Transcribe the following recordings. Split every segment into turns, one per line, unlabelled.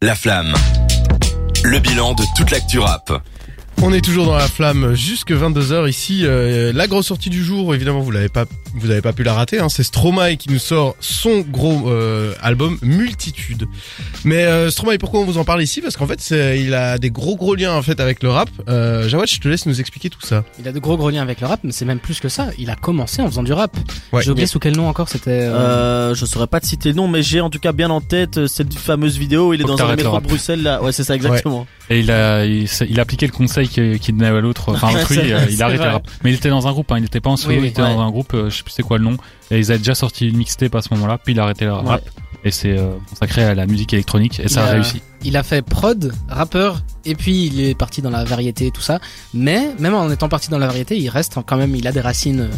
La flamme. Le bilan de toute l'actu rap.
On est toujours dans la flamme jusque 22h ici. Euh, la grosse sortie du jour, évidemment, vous l'avez pas, vous avez pas pu la rater. Hein, c'est Stromae qui nous sort son gros euh, album Multitude. Mais euh, Stromae, pourquoi on vous en parle ici Parce qu'en fait, c'est- il a des gros gros liens en fait avec le rap. Euh, Jawad, je te laisse nous expliquer tout ça.
Il a de gros gros liens avec le rap, mais c'est même plus que ça. Il a commencé en faisant du rap.
Ouais.
J'ai oublié sous quel nom encore c'était. euh,
Euh, je saurais pas te citer le nom, mais j'ai en tout cas bien en tête euh, cette fameuse vidéo où il est
Faut que
dans un
t'arrêtes le
métro
rap.
de Bruxelles là. Ouais, c'est ça exactement.
Et il a, il, s'est- il a appliqué le conseil qui- qu'il donnait à l'autre, enfin
Ouais,
autrui,
c'est vrai,
euh, il
c'est
a arrêté
vrai.
le rap. Mais il était dans un groupe, hein, il était pas en solo,
Oui, oui.
il était dans un groupe, euh, je sais plus c'est quoi le nom, et ils avaient déjà sorti une mixtape à ce moment-là, puis il a arrêté le rap, et c'est euh, consacré à la musique électronique, et ça
Il
a
a-
réussi.
Il a fait prod, rappeur, et puis il est parti dans la variété et tout ça. Mais même en étant parti dans la variété, il reste quand même, il a des racines euh,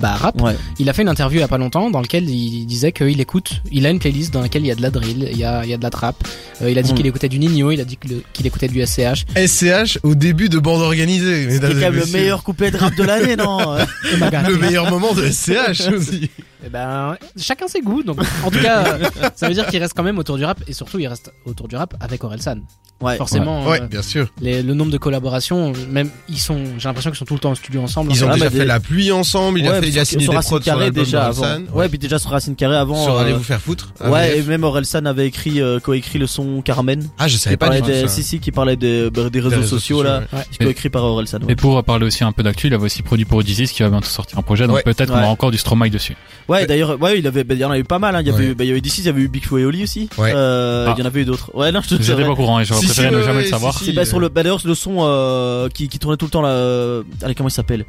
bah, rap.
Ouais.
Il a fait une interview il y a pas longtemps dans laquelle il disait qu'il écoute, il a une playlist dans laquelle il y a de la drill, il y a, il y a de la trap. Euh, il a dit
Mm.
qu'il écoutait du Nino, il a dit que le- qu'il écoutait du SCH.
SCH au début de bande organisée.
C'est quand même le meilleur couplet de rap de l'année, non euh.
le meilleur moment de SCH aussi.
Eh ben, chacun ses goûts. Donc, en tout cas, euh, ça veut dire qu'il reste quand même autour du rap et surtout il reste autour du rap avec Orelsan.
Ouais.
Forcément,
Ouais,
euh,
bien sûr.
les- le nombre de collaborations, même ils sont, j'ai l'impression qu'ils sont tout le temps en studio ensemble.
Ils ont
Ah,
déjà
bah,
fait
des-
la pluie ensemble. Il a,
Ouais,
fait, il a
sur-
signé
sur
des
Racine
prods sur
Carré
l'album
déjà avant.
d'Orelsan.
Ouais, puis déjà sur Racine Carré avant.
Sur
euh,
Allez vous faire foutre.
Ouais, et même Orelsan avait écrit, euh, coécrit le son Carmen.
Ah, je
Qui
savais pas
parlait
du tout.
des,
ça.
si, si, qui parlait des, bah, des réseaux,
Des
sociaux, là.
ouais.
Coécrit par Orelsan. ouais.
Et pour parler aussi un peu d'actu, il avait aussi produit pour Odysseus qui va bientôt sortir un projet, donc
Ouais.
peut-être qu'on
Ouais.
aura encore du Stromae dessus.
Ouais, d'ailleurs, ouais, il avait, bah, il y en a eu pas mal, hein. Il y avait,
Ouais.
eu- bah, il y avait eu DC, il y avait eu Big Flo et Oli aussi.
Ouais.
Euh,
Ah.
il y en avait eu d'autres. Ouais, non, je te
J'étais pas au courant et j'aurais
Si,
préféré
si,
ne
ouais,
jamais
ouais,
le
si,
savoir.
si.
C'est pas sur le. Bah d'ailleurs, le son euh, qui, qui tournait tout le temps là. Euh, allez, comment il s'appelle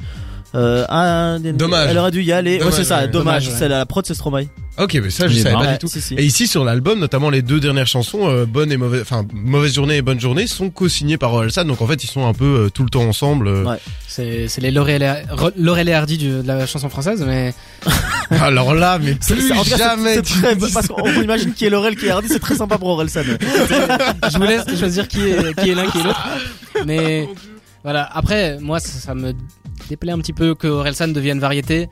euh, ah,
Dommage.
Elle aurait dû y aller.
Dommage,
ouais, c'est ça.
ouais.
Dommage.
Dommage, ouais.
C'est la, la prod, c'est Stromae.
Ok, mais ça, je
Il est
savais
marrant.
pas
Ouais,
du tout.
si, si.
Et ici, sur l'album, notamment les deux dernières chansons, euh, Bonne et Mauvaise, enfin, Mauvaise Journée et Bonne Journée, sont co-signées par Orelsan. Donc, en fait, ils sont un peu euh, tout le temps ensemble. euh.
Ouais.
C'est c'est les Laurel et- Ro- Laurel et Hardy du- de la chanson française, mais
Alors là, mais
C'est-
plus
c'est- en tout cas, c'est-
jamais
c'est
tu
très-
dis
parce
ça.
qu'on on imagine qui est Laurel, qui est Hardy, c'est très sympa pour Orelsan.
je vous laisse choisir qui est, qui est l'un, qui est l'autre. Mais voilà, après, moi, ça, ça me déplaît un petit peu que Orelsan devienne variété.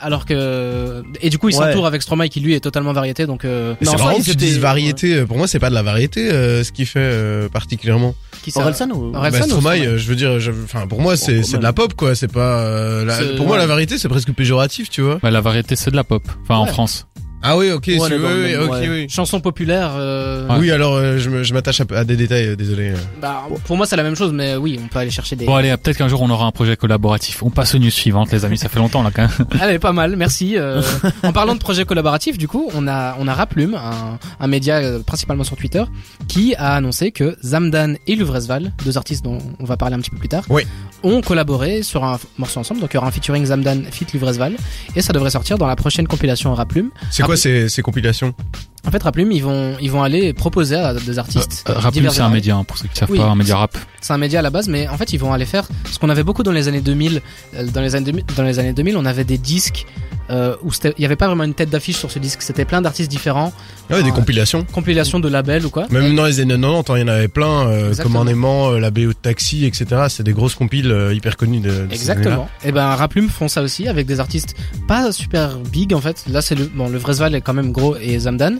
Alors que. Et du coup, il
Ouais.
s'entoure avec Stromae qui lui est totalement variété, donc. euh,
Mais
Non,
C'est
ça,
marrant
ils
que tu
étaient-
dises variété. euh, Pour moi, c'est pas de la variété, euh, ce qui fait euh, particulièrement.
qui ça-
Orelsan ou
Orelsan
Bah,
ou
Stromae, euh, je veux dire, je- enfin, pour moi,
Bon,
c'est
quand
c'est de
même.
la pop, quoi. C'est pas. euh, la-
C'est-
Pour moi,
ouais.
la variété, c'est presque péjoratif, tu vois.
Bah, la variété c'est de la pop, enfin en
Ouais.
France.
Ah oui, ok,
Ouais,
c'est-
on est dans le
oui, oui,
même,
ok,
ouais.
oui.
Chanson populaire. euh,
Oui, alors euh, je me- je m'attache à, à des détails, euh, désolé.
Bah, pour moi, c'est la même chose, mais oui, on peut aller chercher des.
Bon allez, ah, peut-être qu'un jour on aura un projet collaboratif. On passe aux news suivantes les amis, ça fait longtemps là quand même.
Allez, pas mal, merci. euh, en parlant de projet collaboratif, du coup, on a, on a Raplume, un, un média euh, principalement sur Twitter, qui a annoncé que Zamdan et Luvresval, deux artistes dont on va parler un petit peu plus tard,
Oui.
ont collaboré sur un f- morceau ensemble. Donc il y aura un featuring Zamdan fit Luvresval, et ça devrait sortir dans la prochaine compilation Raplume.
C'est
Ah,
quoi
oui.
ces, ces compilations
En fait, Raplume, ils vont, ils vont aller proposer à des artistes.
Euh, Rappelez
divers
c'est
et
un
variés.
média, hein, pour ceux qui savent
Oui.
pas, un média rap.
C'est un média à la base, mais en fait, ils vont aller faire ce qu'on avait beaucoup dans les années 2000. Euh, Dans les années 2000, dans les années 2000 on avait des disques euh, où c'était- il n'y avait pas vraiment une tête d'affiche sur ce disque. C'était plein d'artistes différents,
Ah ouais, des
Ah,
compilations.
compilation de labels ou quoi.
Même dans les années 90, hein, il y en avait plein, euh, comme
Exactement.
en aimant, euh, la BO de taxi, etc. C'est des grosses compiles euh, hyper connues de, de ces années-là.
Exactement. Et ben Raplume font ça aussi avec des artistes pas super big en fait. Là c'est le bon le Vresval est quand même gros et Zamdan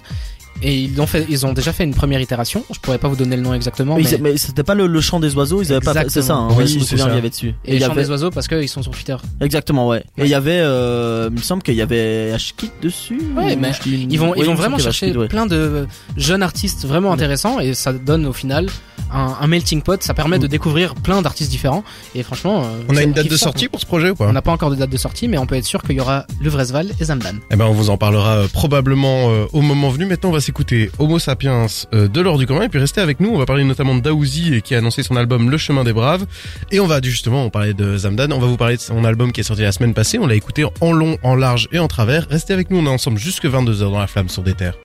et ils ont fait ils ont déjà fait une première itération. Je pourrais pas vous donner le nom exactement.
Mais,
Mais
ils- mais c'était pas le, le chant des oiseaux, ils avaient pas. C'est ça,
Exactement.
hein, ouais,
Oui,
je me
c'est
souviens,
ça.
il y avait dessus.
et
il
les
y
chants
avait.
des oiseaux parce qu'ils sont sur Twitter.
Exactement, ouais. Et il y avait. euh, il me semble qu'il y avait Ashkit dessus.
Ouais,
ou
mais
je dis une-
Ils vont
Ouais,
ils
il
vont
me
vraiment
semble qu'il y avait
chercher
Ashkid, ouais.
plein de euh, jeunes artistes vraiment
Ouais.
intéressants et ça donne au final un, un melting pot. Ça permet de
Mm.
découvrir plein d'artistes différents et franchement. euh,
On a
c'est-
une date
kiffe
de
ça,
sortie pour ce projet ou
quoi.
pas
On n'a pas encore de date de sortie, mais on peut être sûr qu'il y aura le Vresval et Zamdan.
Eh ben, on vous en parlera euh, probablement euh, au moment venu. Maintenant, on va s'écouter Homo Sapiens euh, de l'or du commun. Et puis, restez avec nous. On va parler notamment de Daouzi et qui a annoncé son album Le Chemin des Braves. Et on va, justement, on parlait de Zamdan. On va vous parler de son album qui est sorti la semaine passée. On l'a écouté en long, en large et en travers. Restez avec nous. On est ensemble jusque 22h dans la flamme sur des terres.